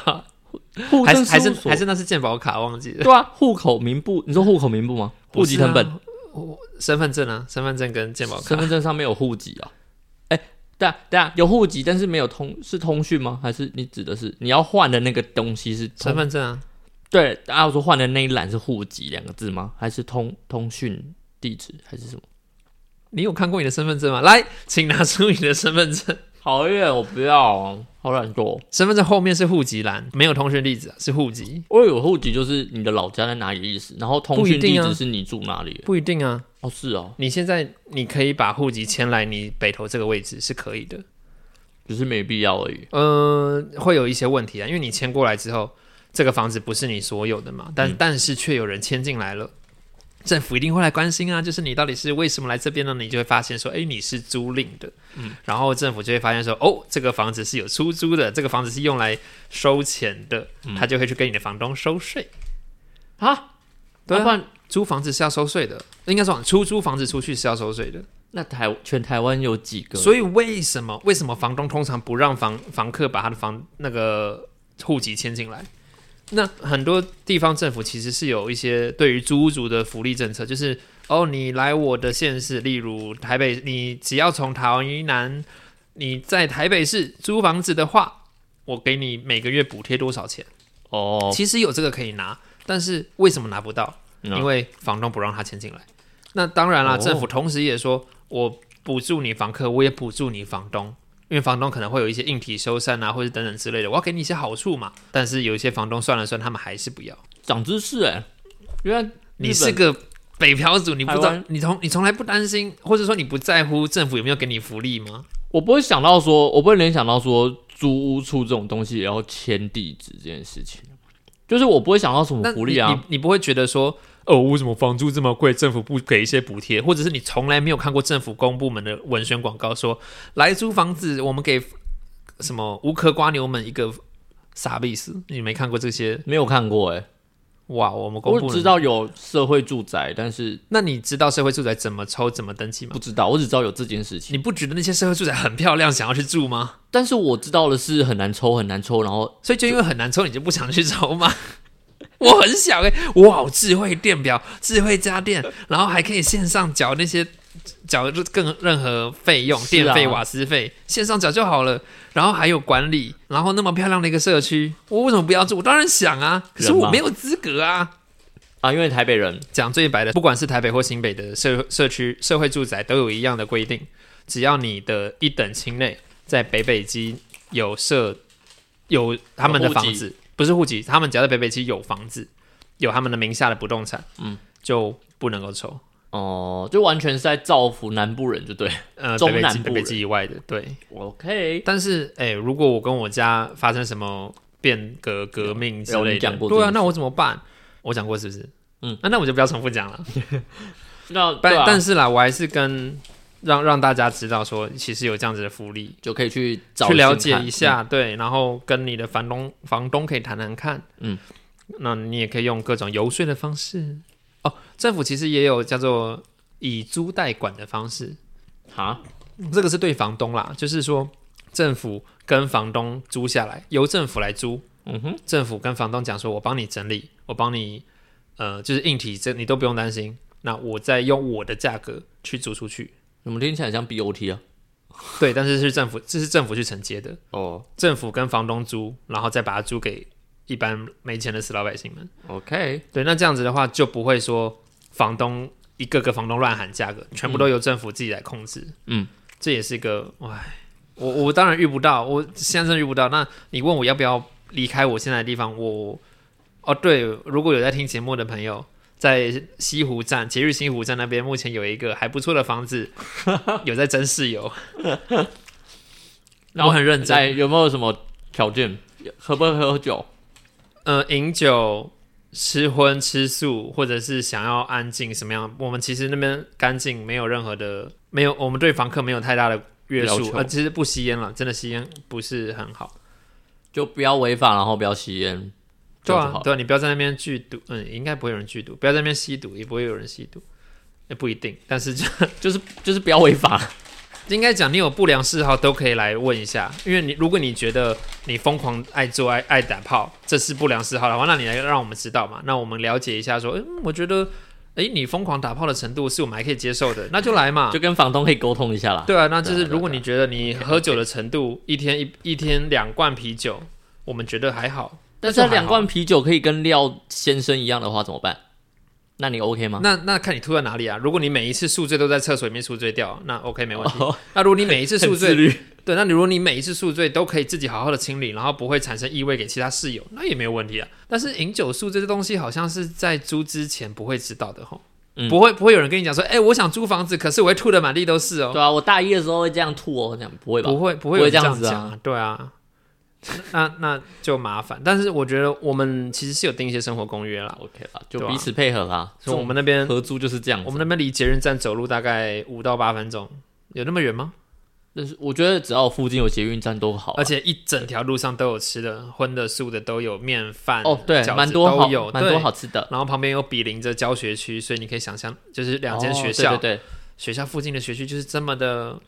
[SPEAKER 2] 户
[SPEAKER 1] 还是
[SPEAKER 2] 政
[SPEAKER 1] 还是
[SPEAKER 2] 事务所
[SPEAKER 1] 还是那是健保卡忘记了，
[SPEAKER 2] 对啊，户口名簿，你说户口名簿吗？户籍成本，
[SPEAKER 1] 不是啊。我身份证啊，身份证跟健保卡
[SPEAKER 2] 身，份证哦上面有户籍啊。哎，对啊对啊，有户籍，但是没有通是通讯吗？还是你指的是你要换的那个东西是通
[SPEAKER 1] 身份证啊，
[SPEAKER 2] 对，大家说换的那一栏是户籍两个字吗？还是通通讯地址还是什么？
[SPEAKER 1] 你有看过你的身份证吗？来，请拿出你的身份证。
[SPEAKER 2] 好远，我不要、啊好懒惰。
[SPEAKER 1] 身份证后面是户籍栏，没有通讯地址、啊，是户籍，
[SPEAKER 2] 我以为户籍就是你的老家在哪里的意思，然后通讯
[SPEAKER 1] 不一
[SPEAKER 2] 地
[SPEAKER 1] 定啊
[SPEAKER 2] 址是你住哪里。
[SPEAKER 1] 不一定啊。
[SPEAKER 2] 哦，是哦，
[SPEAKER 1] 你现在你可以把户籍迁来你北投这个位置是可以的，
[SPEAKER 2] 只是没必要而已。
[SPEAKER 1] 嗯、会有一些问题啊，因为你迁过来之后，这个房子不是你所有的嘛，但、
[SPEAKER 2] 嗯
[SPEAKER 1] 但是却有人迁进来了。政府一定会来关心啊，就是你到底是为什么来这边呢？你就会发现说，哎，你是租赁的，嗯，然后政府就会发现说，哦，这个房子是有出租的，这个房子是用来收钱的，他就会去跟你的房东收税。
[SPEAKER 2] 嗯啊，
[SPEAKER 1] 对啊
[SPEAKER 2] 要不然
[SPEAKER 1] 租房子是要收税的，应该说出租房子出去是要收税的。
[SPEAKER 2] 那台全台湾有几个？
[SPEAKER 1] 所以为什么为什么房东通常不让房房客把他的房那个户籍迁进来？那很多地方政府其实是有一些对于租屋族的福利政策，就是哦，你来我的县市，例如台北，你只要从桃园以南，你在台北市租房子的话，我给你每个月补贴多少钱？
[SPEAKER 2] 哦，
[SPEAKER 1] 其实有这个可以拿，但是为什么拿不到？
[SPEAKER 2] 嗯啊
[SPEAKER 1] 因为房东不让他迁进来。那当然啦，
[SPEAKER 2] 哦
[SPEAKER 1] 政府同时也说，我补助你房客，我也补助你房东，因为房东可能会有一些硬体修缮啊，或者等等之类的，我要给你一些好处嘛。但是有一些房东算了算，他们还是不要。
[SPEAKER 2] 长知识哎、原来
[SPEAKER 1] 你
[SPEAKER 2] 日
[SPEAKER 1] 是
[SPEAKER 2] 本
[SPEAKER 1] 个北漂族，你不知
[SPEAKER 2] 台
[SPEAKER 1] 道
[SPEAKER 2] 湾，
[SPEAKER 1] 你从你从来不担心，或者说你不在乎政府有没有给你福利吗？
[SPEAKER 2] 我不会想到说，我不会联想到说租屋处这种东西也要签地址这件事情，就是我不会想到什么
[SPEAKER 1] 那
[SPEAKER 2] 福利
[SPEAKER 1] 你
[SPEAKER 2] 啊
[SPEAKER 1] 你。你不会觉得说，哦，为什么房租这么贵，政府不给一些补贴，或者是你从来没有看过政府公部门的文宣广告说，来租房子，我们给什么无壳瓜牛们一个傻逼死？你没看过这些？
[SPEAKER 2] 没有看过哎、
[SPEAKER 1] 哇，我们公
[SPEAKER 2] 我
[SPEAKER 1] 部门
[SPEAKER 2] 只知。道有社会住宅，但是
[SPEAKER 1] 那你知道社会住宅怎么抽、怎么登记吗
[SPEAKER 2] 不？知道，我只知道有这件事情。
[SPEAKER 1] 你不觉得那些社会住宅很漂亮，想要去住吗？
[SPEAKER 2] 但是我知道的是很难抽，很难抽，然后
[SPEAKER 1] 所以就因为很难抽，你就不想去抽吗？ 我很想哎、我好智慧电表、智慧家电，然后还可以线上缴那些缴更任何费用，
[SPEAKER 2] 是啊
[SPEAKER 1] 电费、瓦斯费，线上缴就好了。然后还有管理，然后那么漂亮的一个社区，我为什么不要住？我当然想啊，可是
[SPEAKER 2] 人吗
[SPEAKER 1] 我没有资格啊。
[SPEAKER 2] 啊，因为台北人
[SPEAKER 1] 讲最白的，不管是台北或新北的社社区社会住宅，都有一样的规定，只要你的一等亲内在北北基有设有他们的
[SPEAKER 2] 有户籍
[SPEAKER 1] 房子，不是户籍，他们只要在北北基有房子，有他们的名下的不动产，
[SPEAKER 2] 嗯，
[SPEAKER 1] 就不能够抽。
[SPEAKER 2] 哦、就完全是在造福南部人，就对。
[SPEAKER 1] 呃，
[SPEAKER 2] 中
[SPEAKER 1] 北北
[SPEAKER 2] 南
[SPEAKER 1] 基
[SPEAKER 2] 部
[SPEAKER 1] 北北
[SPEAKER 2] 人
[SPEAKER 1] 基以外的，对。
[SPEAKER 2] OK，
[SPEAKER 1] 但是，哎、如果我跟我家发生什么变革、革命之
[SPEAKER 2] 有
[SPEAKER 1] 类
[SPEAKER 2] 你
[SPEAKER 1] 的
[SPEAKER 2] 讲，过这
[SPEAKER 1] 对啊，
[SPEAKER 2] 件
[SPEAKER 1] 那我怎么办？我讲过是不是？
[SPEAKER 2] 嗯，
[SPEAKER 1] 那、那我就不要重复讲了。
[SPEAKER 2] 那
[SPEAKER 1] 但、
[SPEAKER 2] 对啊，
[SPEAKER 1] 但是啦，我还是跟让让大家知道说，其实有这样子的福利，
[SPEAKER 2] 就可以去找
[SPEAKER 1] 去了
[SPEAKER 2] 新
[SPEAKER 1] 解
[SPEAKER 2] 看嗯
[SPEAKER 1] 一，下，对，然后跟你的房东房东可以谈谈看，
[SPEAKER 2] 嗯，
[SPEAKER 1] 那你也可以用各种游说的方式。哦，政府其实也有叫做以租代管的方式，
[SPEAKER 2] 嗯哈、
[SPEAKER 1] 这个是对房东啦，就是说政府跟房东租下来，由政府来租，
[SPEAKER 2] 嗯哼，
[SPEAKER 1] 政府跟房东讲说，我帮你整理，我帮你，呃，就是硬体这你都不用担心，那我再用我的价格去租出去，
[SPEAKER 2] 怎么听起来像 BOT 啊？
[SPEAKER 1] 对，但是是政府，这是政府去承接的，
[SPEAKER 2] 哦、
[SPEAKER 1] 政府跟房东租，然后再把它租给一般没钱的死老百姓们。
[SPEAKER 2] o k
[SPEAKER 1] 对，那这样子的话就不会说房东一个个房东乱喊价格，全部都由政府自己来控制。
[SPEAKER 2] 嗯，
[SPEAKER 1] 这也是一个，唉，我我当然遇不到，我现在真的遇不到。那你问我要不要离开我现在的地方，我哦对，如果有在听节目的朋友。在西湖站，节日西湖站那边，目前有一个还不错的房 子，有在争室友。
[SPEAKER 2] 然后
[SPEAKER 1] 我很认真
[SPEAKER 2] 在有没有什么条件？喝不喝酒？
[SPEAKER 1] 呃，饮酒、吃荤、吃素，或者是想要安静什么样，我们其实那边干净，没有任何的，没有我们对房客没有太大的约
[SPEAKER 2] 要
[SPEAKER 1] 束
[SPEAKER 2] 求，
[SPEAKER 1] 呃，其实不吸烟了，真的吸烟不是很好。
[SPEAKER 2] 就不要违法，然后不要吸烟，这
[SPEAKER 1] 对
[SPEAKER 2] 样就
[SPEAKER 1] 啊
[SPEAKER 2] 好，了。
[SPEAKER 1] 对啊，你不要在那边剧毒，嗯，应该不会有人剧毒，不要在那边吸毒，也不会有人吸毒，也不一定。但是就
[SPEAKER 2] 就是就是不要违法。
[SPEAKER 1] 应该讲，你有不良嗜好都可以来问一下，因为你如果你觉得你疯狂爱做爱爱打炮，这是不良嗜好的话，那你来让我们知道嘛，那我们了解一下说，嗯，我觉得，诶，你疯狂打炮的程度是我们还可以接受的，那就来嘛
[SPEAKER 2] 就。跟房东可以沟通一下啦。
[SPEAKER 1] 对啊，那就是
[SPEAKER 2] 对啊对啊
[SPEAKER 1] 如果你觉得你喝酒的程度一天一一天两罐啤酒，我们觉得还好，啊
[SPEAKER 2] 但是他两罐啤酒可以跟廖先生一样的话怎么办？那你 OK 吗？
[SPEAKER 1] 那那看你吐在哪里啊。如果你每一次宿醉都在厕所里面宿醉掉，那 OK 没问题。
[SPEAKER 2] 哦
[SPEAKER 1] 那如果你每一次宿
[SPEAKER 2] 很
[SPEAKER 1] 醉
[SPEAKER 2] 自律，
[SPEAKER 1] 对，那你如果你每一次宿醉都可以自己好好的清理，然后不会产生异味给其他室友，那也没有问题啊。但是饮酒宿醉这东西好像是在租之前不会知道的吼，
[SPEAKER 2] 嗯
[SPEAKER 1] 不会不会有人跟你讲说，哎、我想租房子，可是我会吐的满地都是哦，
[SPEAKER 2] 对啊，我大一的时候会这样吐哦，这样不会吧
[SPEAKER 1] 不？会不会
[SPEAKER 2] 不
[SPEAKER 1] 有人
[SPEAKER 2] 会这样
[SPEAKER 1] 样
[SPEAKER 2] 子啊
[SPEAKER 1] 讲，对啊。 那那就麻烦，但是我觉得我们其实是有定一些生活公约啦，
[SPEAKER 2] OK 啦，就
[SPEAKER 1] 对啊
[SPEAKER 2] 彼此配合啦。
[SPEAKER 1] 所以我
[SPEAKER 2] 这
[SPEAKER 1] 们那边
[SPEAKER 2] 种合租就是这样
[SPEAKER 1] 我
[SPEAKER 2] 子。
[SPEAKER 1] 们那边离捷运站走路大概五到八分钟，有那么远吗？
[SPEAKER 2] 但是我觉得只要附近有捷运站都好啊，
[SPEAKER 1] 而且一整条路上都有吃的，荤的、素的都有，面饭
[SPEAKER 2] 哦，对
[SPEAKER 1] 饺，子
[SPEAKER 2] 蛮多
[SPEAKER 1] 都
[SPEAKER 2] 好
[SPEAKER 1] 有，，
[SPEAKER 2] 蛮多
[SPEAKER 1] 对
[SPEAKER 2] 好。吃的。
[SPEAKER 1] 然后旁边有比邻着教学区，所以你可以想象，就是两间
[SPEAKER 2] 哦
[SPEAKER 1] 学校，
[SPEAKER 2] 对对对，
[SPEAKER 1] 学校附近的学区就是这么的，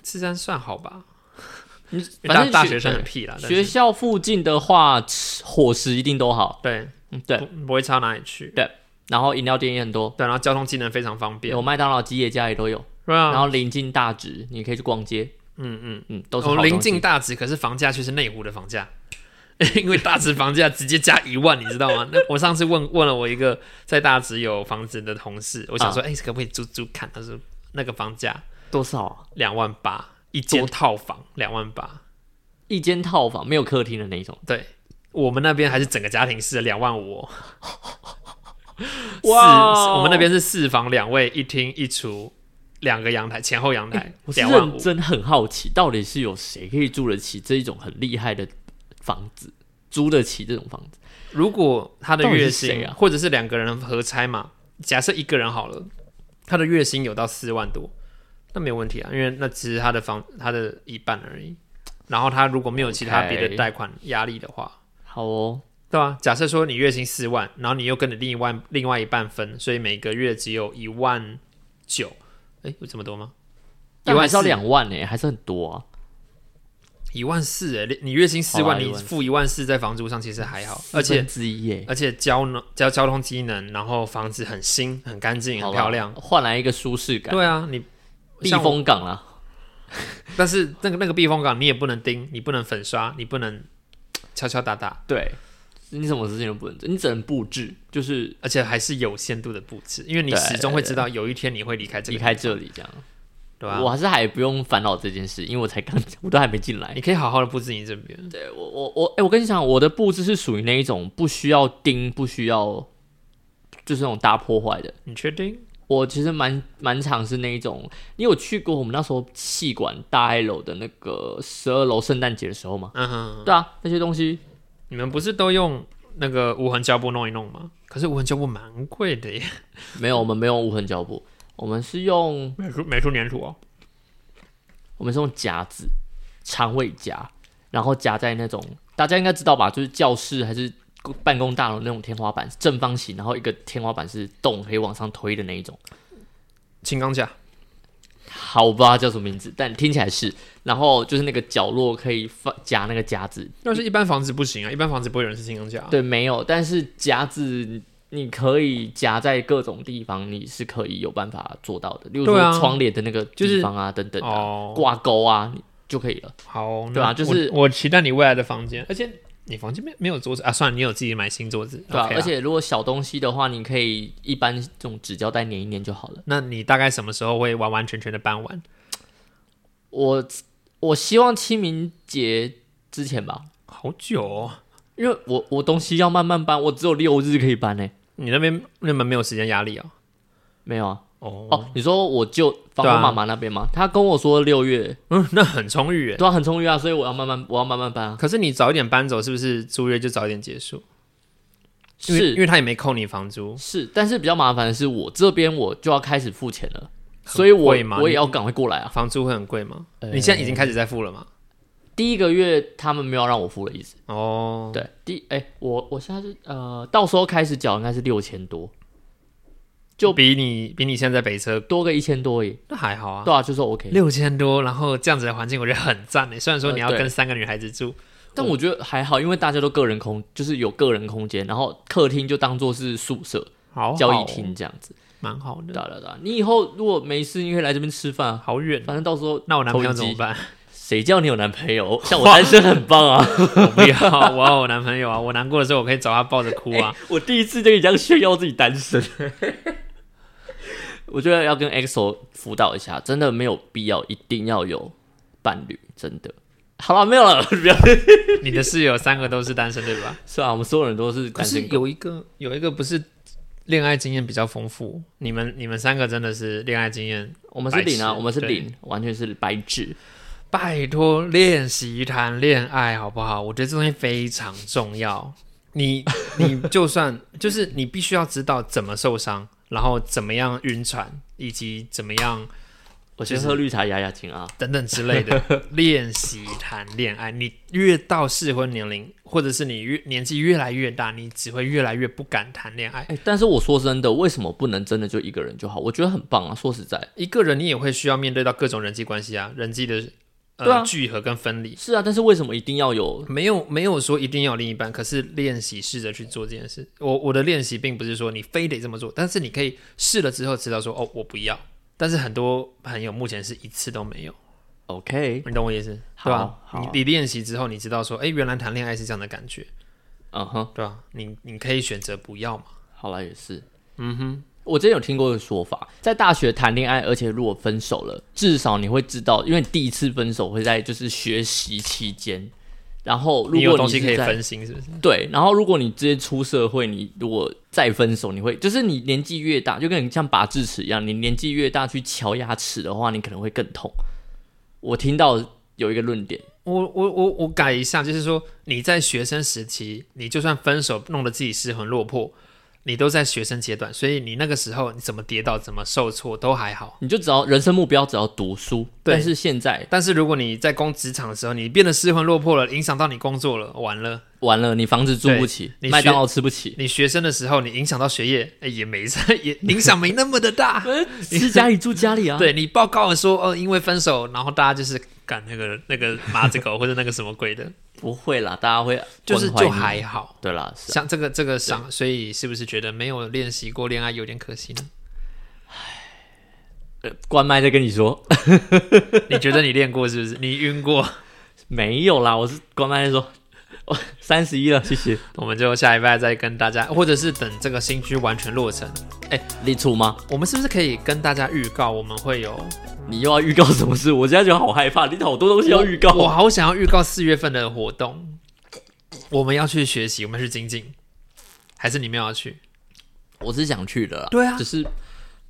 [SPEAKER 1] 自然算好吧？
[SPEAKER 2] 你
[SPEAKER 1] 因为
[SPEAKER 2] 反
[SPEAKER 1] 大
[SPEAKER 2] 正
[SPEAKER 1] 大
[SPEAKER 2] 学
[SPEAKER 1] 学生很屁啦，但
[SPEAKER 2] 学
[SPEAKER 1] 是
[SPEAKER 2] 校附近的话，吃伙食一定都好。
[SPEAKER 1] 对
[SPEAKER 2] 嗯，对。
[SPEAKER 1] 不不会差哪里去。
[SPEAKER 2] 然后饮料店也很多，
[SPEAKER 1] 对，然后交通技能非常方便
[SPEAKER 2] 有，麦当劳、吉野家也都有。
[SPEAKER 1] 对啊
[SPEAKER 2] 然后临近大直，你可以去逛街。
[SPEAKER 1] 嗯嗯，
[SPEAKER 2] 嗯，都是
[SPEAKER 1] 我
[SPEAKER 2] 好
[SPEAKER 1] 临
[SPEAKER 2] 东西
[SPEAKER 1] 近大直，可是房价却是内湖的房价， 因为大直房价直接加一万，你知道吗？那我上次问问了我一个在大直有房子的同事，我想
[SPEAKER 2] 嗯
[SPEAKER 1] 说，哎、可不可以租租看？他说那个房价
[SPEAKER 2] 多少啊？
[SPEAKER 1] 两万八一间
[SPEAKER 2] 多
[SPEAKER 1] 套房，两万八。
[SPEAKER 2] 一间套房没有客厅的那一种，
[SPEAKER 1] 对，我们那边还是整个家庭式两万五、哦。
[SPEAKER 2] 哇
[SPEAKER 1] 四我们那边是四房两卫，一厅一厨，两个阳台，前后阳台
[SPEAKER 2] 哎我是
[SPEAKER 1] 两万
[SPEAKER 2] 认
[SPEAKER 1] 五。
[SPEAKER 2] 真很好奇，到底是有谁可以住得起这一种很厉害的房子，租得起这种房子？
[SPEAKER 1] 如果他的月
[SPEAKER 2] 到底是谁
[SPEAKER 1] 薪、
[SPEAKER 2] 啊
[SPEAKER 1] 或者是两个人合拆嘛，假设一个人好了，他的月薪有到四万多，那没有问题啊，因为那只是他的房他的一半而已。然后他如果没有其他
[SPEAKER 2] OK
[SPEAKER 1] 别的贷款压力的话，
[SPEAKER 2] 好哦，
[SPEAKER 1] 对吧、假设说你月薪四万，然后你又跟你另外另外一半分，所以每个月只有一万九，哎，有这么多吗？一
[SPEAKER 2] 但还
[SPEAKER 1] 万
[SPEAKER 2] 是要
[SPEAKER 1] 四，
[SPEAKER 2] 两万呢、还是很多啊。
[SPEAKER 1] 一万四，哎，你月薪四
[SPEAKER 2] 好啦啊
[SPEAKER 1] 万，你
[SPEAKER 2] 14,000
[SPEAKER 1] 付一万四在房租上其实还好，而
[SPEAKER 2] 四
[SPEAKER 1] 且
[SPEAKER 2] 分之一欸耶、
[SPEAKER 1] 而且交能交交通机能，然后房子很新、很干净、
[SPEAKER 2] 好
[SPEAKER 1] 很
[SPEAKER 2] 吧
[SPEAKER 1] 漂亮。
[SPEAKER 2] 换来一个舒适感。
[SPEAKER 1] 对啊，你
[SPEAKER 2] 避
[SPEAKER 1] 像我
[SPEAKER 2] 风港啊啦，
[SPEAKER 1] 但是那个那个避风港你也不能盯，你不能粉刷，你不能敲敲打打，
[SPEAKER 2] 对，你什么事情都不能做，你只能布置，就是
[SPEAKER 1] 而且还是有限度的布置，因为你
[SPEAKER 2] 对
[SPEAKER 1] 始终会知道有一天你会离开这
[SPEAKER 2] 离
[SPEAKER 1] 个，
[SPEAKER 2] 开这里这样。
[SPEAKER 1] 对吧、
[SPEAKER 2] 我还是还不用烦恼这件事，因为我才刚，我都还没进来
[SPEAKER 1] 你。可以好好的布置你这边，
[SPEAKER 2] 对我我我，哎、我跟你讲，我的布置是属于那一种不需要钉，不需要就是那种大破坏的。
[SPEAKER 1] 你确定？
[SPEAKER 2] 我其实蛮蛮常是那一种，你有去过我们那时候气管大一楼的那个十二楼圣诞节的时候吗？
[SPEAKER 1] 嗯哼，
[SPEAKER 2] 对啊，那些东西
[SPEAKER 1] 你们不是都用那个无痕胶布弄一弄吗？可是无痕胶布蛮贵的耶，
[SPEAKER 2] 没有，我们没有用无痕胶布，我们是用
[SPEAKER 1] 美术美术粘土哦，
[SPEAKER 2] 我们是用夹子，长尾夹，然后夹在那种大家应该知道吧，就是教室还是办公大楼那种天花板是正方形，然后一个天花板是洞可以往上推的那一种，
[SPEAKER 1] 轻钢架，
[SPEAKER 2] 好我不知道它叫什么名字，但听起来是，然后就是那个角落可以放夹那个夹子，
[SPEAKER 1] 要是一般房子不行啊，一般房子不会有人是轻钢架啊、
[SPEAKER 2] 对，没有，但是夹子。你可以夹在各种地方，你是可以有办法做到的。例如
[SPEAKER 1] 对啊
[SPEAKER 2] 说窗帘的那个
[SPEAKER 1] 就是
[SPEAKER 2] 地方啊，等等啊，
[SPEAKER 1] 哦，
[SPEAKER 2] 挂钩啊，你就可以了。
[SPEAKER 1] 好哦，那
[SPEAKER 2] 对啊
[SPEAKER 1] 我
[SPEAKER 2] 就是
[SPEAKER 1] 我期待你未来的房间，而且你房间没没有桌子啊？算了，你有自己买新桌子，
[SPEAKER 2] 对啊
[SPEAKER 1] OK
[SPEAKER 2] 而且如果小东西的话，你可以一般这种纸胶带粘一粘就好了。
[SPEAKER 1] 那你大概什么时候会完完全全的搬完？
[SPEAKER 2] 我我希望清明节之前吧，
[SPEAKER 1] 好久哦，
[SPEAKER 2] 因为我我东西要慢慢搬，我只有六日可以搬呢、欸
[SPEAKER 1] 你那边那边没有时间压力哦。
[SPEAKER 2] 没有啊，
[SPEAKER 1] 哦，
[SPEAKER 2] 哦，你说我舅房
[SPEAKER 1] 对啊
[SPEAKER 2] 东妈妈那边吗？她跟我说六月，
[SPEAKER 1] 嗯，那很充裕耶。
[SPEAKER 2] 对啊，很充裕啊，所以我要慢慢，我要慢慢搬啊。
[SPEAKER 1] 可是你早一点搬走，是不是租约就早一点结束？因为因
[SPEAKER 2] 是
[SPEAKER 1] 为他也没扣你房租，
[SPEAKER 2] 是，但是比较麻烦的是，我这边我就要开始付钱了，所以我
[SPEAKER 1] 贵吗
[SPEAKER 2] 我也要赶快过来啊。
[SPEAKER 1] 房租会很贵吗？
[SPEAKER 2] 呃
[SPEAKER 1] 你现在已经开始在付了吗？
[SPEAKER 2] 第一个月他们没有让我付了意思。
[SPEAKER 1] 哦，
[SPEAKER 2] 对，第哎、我我现在是呃，到时候开始缴应该是六千多，就
[SPEAKER 1] 比你比你现在在北车
[SPEAKER 2] 多个一千多而已，
[SPEAKER 1] 那还好啊，
[SPEAKER 2] 对啊，就是 OK。
[SPEAKER 1] 六千多，然后这样子的环境我觉得很赞诶。虽然说你要
[SPEAKER 2] 呃对
[SPEAKER 1] 跟三个女孩子住，
[SPEAKER 2] 但我觉得还好，因为大家都个人空，就是有个人空间，然后客厅就当做是宿舍、
[SPEAKER 1] 好哦
[SPEAKER 2] 交易
[SPEAKER 1] 好
[SPEAKER 2] 厅这样子。
[SPEAKER 1] 蛮好
[SPEAKER 2] 对
[SPEAKER 1] 的，
[SPEAKER 2] 啊对啊对啊，你以后如果没事，你可以来这边吃饭啊，
[SPEAKER 1] 好远。
[SPEAKER 2] 反正到时候
[SPEAKER 1] 那我男朋友怎
[SPEAKER 2] 投影
[SPEAKER 1] 么
[SPEAKER 2] 机
[SPEAKER 1] 办？
[SPEAKER 2] 谁叫你有男朋 友？像我单身很棒啊！
[SPEAKER 1] 我不要，我要我男朋友啊！我难过的时候，我可以找他抱着哭 啊。
[SPEAKER 2] 我第一次就这样炫耀自己单身。 我觉得要跟 EXO 辅导一下，真的没有必要一定要有伴侣，真的。好了，没有了， 不要。
[SPEAKER 1] 你的室友三个都是单身，对吧？
[SPEAKER 2] 是啊，我们所有人都是
[SPEAKER 1] 可
[SPEAKER 2] 单
[SPEAKER 1] 是
[SPEAKER 2] 身
[SPEAKER 1] 有一个有一个不是恋爱经验比较丰富，你们你们三个真的是恋爱经验，
[SPEAKER 2] 我们是零
[SPEAKER 1] 白
[SPEAKER 2] 啊，
[SPEAKER 1] 痴
[SPEAKER 2] 我们是零，完全是白纸。
[SPEAKER 1] 拜托练习谈恋爱好不好？我觉得这东西非常重要。你你就算 就是你必须要知道怎么受伤，然后怎么样晕船，以及怎么样
[SPEAKER 2] 我先喝绿茶压压惊啊。
[SPEAKER 1] 等等之类的 练习谈恋爱。你越到适婚年龄，或者是你越年纪越来越大，你只会越来越不敢谈恋爱。
[SPEAKER 2] 哎、但是我说真的，为什么不能真的就一个人就好？我觉得很棒啊。说实在，
[SPEAKER 1] 一个人你也会需要面对到各种人际关系啊，人际的呃、
[SPEAKER 2] 对啊
[SPEAKER 1] 聚合跟分离，
[SPEAKER 2] 是啊，但是为什么一定要有？
[SPEAKER 1] 没有没有说一定要有另一半，可是练习试着去做这件事。我我的练习并不是说你非得这么做，但是你可以试了之后知道说哦我不要。但是很多朋友目前是一次都没有，
[SPEAKER 2] OK，
[SPEAKER 1] 你懂我意思
[SPEAKER 2] 好
[SPEAKER 1] 对吧？
[SPEAKER 2] 好
[SPEAKER 1] 你你练习之后，你知道说哎原来谈恋爱是这样的感觉，
[SPEAKER 2] 嗯哼，
[SPEAKER 1] 对吧？你你可以选择不要嘛。
[SPEAKER 2] 好了，也是。嗯哼，我之前有听过一个说法，在大学谈恋爱，而且如果分手了，至少你会知道，因为第一次分手会在就是学习期间。然后，如
[SPEAKER 1] 有
[SPEAKER 2] 果
[SPEAKER 1] 东
[SPEAKER 2] 你
[SPEAKER 1] 西
[SPEAKER 2] 是
[SPEAKER 1] 可以
[SPEAKER 2] 在
[SPEAKER 1] 分心，是不是？
[SPEAKER 2] 对，然后如果你直接出社会，你如果再分手，你会就是你年纪越大，就跟你像拔智齿一样，你年纪越大去敲牙齿的话，你可能会更痛。我听到有一个论点，
[SPEAKER 1] 我我我我改一下，就是说你在学生时期，你就算分手弄得自己失魂落魄，你都在学生阶段，所以你那个时候你怎么跌倒、怎么受挫都还好。
[SPEAKER 2] 你就只要人生目标只要读书，
[SPEAKER 1] 对
[SPEAKER 2] 但是现在
[SPEAKER 1] 但是如果你在工职场的时候，你变得失魂落魄了，影响到你工作了，完了；
[SPEAKER 2] 完了，你房子住不起，
[SPEAKER 1] 你
[SPEAKER 2] 麦
[SPEAKER 1] 学
[SPEAKER 2] 当劳吃不起，
[SPEAKER 1] 你学生的时候，你影响到学业，哎，也没啥， 也影响没那么的 大。
[SPEAKER 2] 吃家里住家里啊。
[SPEAKER 1] 对你报告了说，哦，因为分手，然后大家就是赶那个那个马子狗或者那个什么鬼 的，
[SPEAKER 2] 不会啦，大家会
[SPEAKER 1] 就是
[SPEAKER 2] 关怀
[SPEAKER 1] 就
[SPEAKER 2] 你
[SPEAKER 1] 还好。
[SPEAKER 2] 对啦，是啊
[SPEAKER 1] 像这个这个伤，所以是不是觉得没有练习过恋爱有点可惜呢？
[SPEAKER 2] 关麦在跟你说，
[SPEAKER 1] 你觉得你练过是不是？你晕过？
[SPEAKER 2] 没有啦，我是关麦在说， 我三十一了，谢谢。
[SPEAKER 1] 我们就下礼拜再跟大家，或者是等这个新区完全落成，
[SPEAKER 2] 哎立出吗？
[SPEAKER 1] 我们是不是可以跟大家预告我们会有？
[SPEAKER 2] 你又要预告什么事？我现在觉得好害怕，你好多东西要预告。
[SPEAKER 1] 我我好想要预告四月份的活动，我们要去学习，我们要去精进，还是你们要去？
[SPEAKER 2] 我是想去的啦，
[SPEAKER 1] 对啊
[SPEAKER 2] 只是哦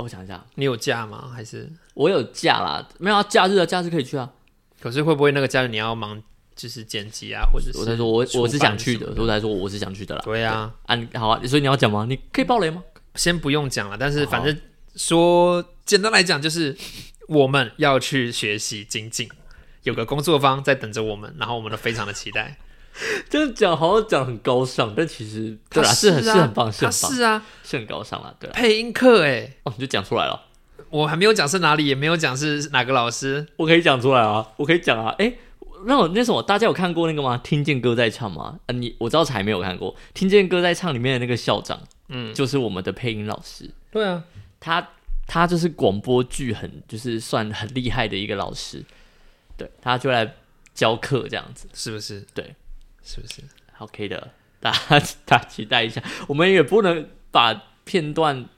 [SPEAKER 2] 我想一下，
[SPEAKER 1] 你有假吗？还是？
[SPEAKER 2] 我有假啦，没有、啊、假日啊，假日可以去啊。
[SPEAKER 1] 可是会不会那个假日你要忙，就是剪辑啊，或者是
[SPEAKER 2] 我才说我我是想去的
[SPEAKER 1] 出版什么，
[SPEAKER 2] 我才说我是想去的啦。
[SPEAKER 1] 对啊，
[SPEAKER 2] 啊，你好啊，所以你要讲吗？你可以爆雷 吗？
[SPEAKER 1] 先不用讲了，但是反正说简单来讲，就是我们要去学习精进，有个工作坊在等着我们，然后我们都非常的期待。
[SPEAKER 2] 这样讲好像讲很高尚，但其实对啦，
[SPEAKER 1] 他
[SPEAKER 2] 是很
[SPEAKER 1] 啊
[SPEAKER 2] 很棒，是
[SPEAKER 1] 他
[SPEAKER 2] 很棒，
[SPEAKER 1] 是啊，
[SPEAKER 2] 是很高尚啦，对啦。
[SPEAKER 1] 配音课哎，
[SPEAKER 2] 哦，你就讲出来了，
[SPEAKER 1] 我还没有讲是哪里，也没有讲是哪个老师，
[SPEAKER 2] 我可以讲出来啊，我可以讲啊。哎、那我那什么，大家有看过那个吗？听见歌在唱吗？啊，你我知道才没有看过，听见歌在唱里面的那个校长，
[SPEAKER 1] 嗯，
[SPEAKER 2] 就是我们的配音老师，
[SPEAKER 1] 对啊，
[SPEAKER 2] 他他就是广播剧很就是算很厉害的一个老师，对他就来教课这样子。
[SPEAKER 1] 是不是？
[SPEAKER 2] 对，
[SPEAKER 1] 是不是？
[SPEAKER 2] OK 的，大家大家期待一下。我们也不能把片段，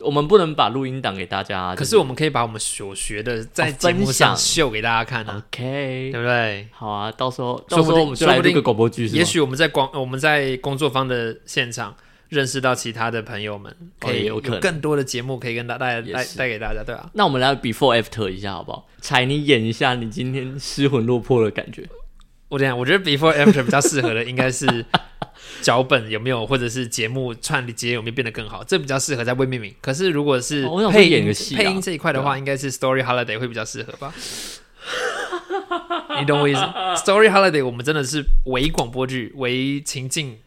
[SPEAKER 2] 我们不能把录音档给大家。啊
[SPEAKER 1] 可是我们可以把我们所学的在
[SPEAKER 2] 哦
[SPEAKER 1] 节目上
[SPEAKER 2] 分享
[SPEAKER 1] 秀给大家看啊，
[SPEAKER 2] OK，
[SPEAKER 1] 对不对？
[SPEAKER 2] 好啊，到时候
[SPEAKER 1] 说
[SPEAKER 2] 到
[SPEAKER 1] 不定
[SPEAKER 2] 时候我们就来
[SPEAKER 1] 说不
[SPEAKER 2] 录
[SPEAKER 1] 定
[SPEAKER 2] 个广播剧，是吗
[SPEAKER 1] 也许我们在广我们在工作坊的现场认识到其他的朋友们，
[SPEAKER 2] 哦
[SPEAKER 1] 可以
[SPEAKER 2] 也有可能
[SPEAKER 1] 更多的节目可以跟大带
[SPEAKER 2] 也
[SPEAKER 1] 带
[SPEAKER 2] 是
[SPEAKER 1] 带给大家，对啊。
[SPEAKER 2] 那我们来 before after 一下好不好？彩，你演一下你今天失魂落魄的感觉。
[SPEAKER 1] 我讲，我觉得 before after 比较适合的应该 是脚本有没有，或者是节目串接有没有变得更好，这比较适合在未命名。可是如果是
[SPEAKER 2] 哦我想说
[SPEAKER 1] 配音、
[SPEAKER 2] 演个戏啊
[SPEAKER 1] 配音这一块的
[SPEAKER 2] 对
[SPEAKER 1] 话，应该是 story holiday 会比较适合吧。你懂我意思？Story Holiday，我们真的是唯广播剧、唯情境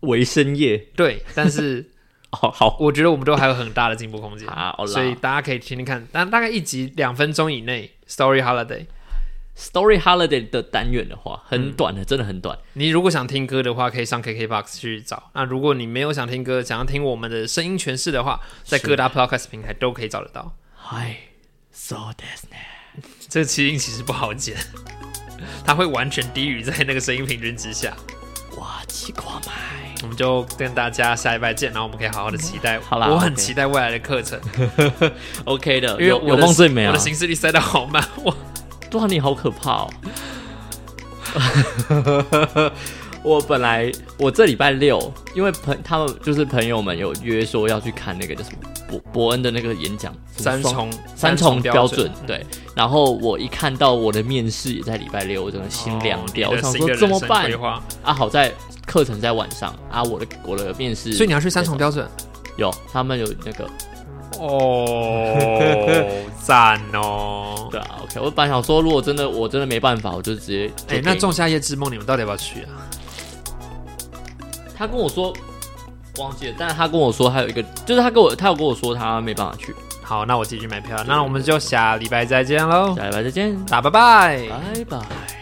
[SPEAKER 2] 为深夜，
[SPEAKER 1] 对，但是
[SPEAKER 2] 好好
[SPEAKER 1] 我觉得我们都还有很大的进步空间，
[SPEAKER 2] 好啦
[SPEAKER 1] 所以大家可以听听看，但大概一集两分钟以内，Story Holiday。
[SPEAKER 2] ，Story Holiday 的单元的话，很短的，真的很短。
[SPEAKER 1] 你如果想听歌的话，可以上 KKBox 去找。那如果你没有想听歌，想要听我们的声音诠释的话，在各大 Podcast 平台都可以找得到。
[SPEAKER 2] 嗨，So that's it。
[SPEAKER 1] 这个气音其实不好剪， 它会完全低于在那个声音平均之下。
[SPEAKER 2] 哇，奇怪麦。
[SPEAKER 1] 我们就跟大家下礼拜见，然后我们可以好好的期待。
[SPEAKER 2] 好啦
[SPEAKER 1] 我很
[SPEAKER 2] OK
[SPEAKER 1] 期待未来的课程，
[SPEAKER 2] OK 的，
[SPEAKER 1] 因为
[SPEAKER 2] 有
[SPEAKER 1] 我
[SPEAKER 2] 有
[SPEAKER 1] 的
[SPEAKER 2] 梦最美
[SPEAKER 1] 我
[SPEAKER 2] 啊
[SPEAKER 1] 的。行事历塞得好满，我
[SPEAKER 2] 哇，你好可怕哦！ 我本来我这礼拜六，因为朋他们就是朋友们有约说要去看那个叫什么伯伯恩的那个演讲，什
[SPEAKER 1] 三
[SPEAKER 2] 么双
[SPEAKER 1] 重
[SPEAKER 2] 三重标准
[SPEAKER 1] 准，
[SPEAKER 2] 对。然后我一看到我的面试也在礼拜六，我整个心凉掉。
[SPEAKER 1] 哦你
[SPEAKER 2] 我
[SPEAKER 1] 的
[SPEAKER 2] 想
[SPEAKER 1] 新
[SPEAKER 2] 说
[SPEAKER 1] 的
[SPEAKER 2] 怎么
[SPEAKER 1] 人生
[SPEAKER 2] 办
[SPEAKER 1] 规划
[SPEAKER 2] 啊？好在课程在晚上啊，我的我的面试，
[SPEAKER 1] 所以你要去三重标准
[SPEAKER 2] 有他们有那个
[SPEAKER 1] 哦，赞哦！
[SPEAKER 2] 对啊，OK。我本来想说，如果真的我真的没办法，我就直接就
[SPEAKER 1] 哎、
[SPEAKER 2] 给
[SPEAKER 1] 那
[SPEAKER 2] 你
[SPEAKER 1] 《仲夏夜之梦》你们到底要不要去啊？
[SPEAKER 2] 他跟我说忘记了，但是他跟我说还有一个，就是他跟我他有跟我说他没办法去，
[SPEAKER 1] 好，那我自己去买票。那我们就下礼拜再见喽，
[SPEAKER 2] 下礼拜再见，
[SPEAKER 1] 哦大拜拜。
[SPEAKER 2] 拜拜。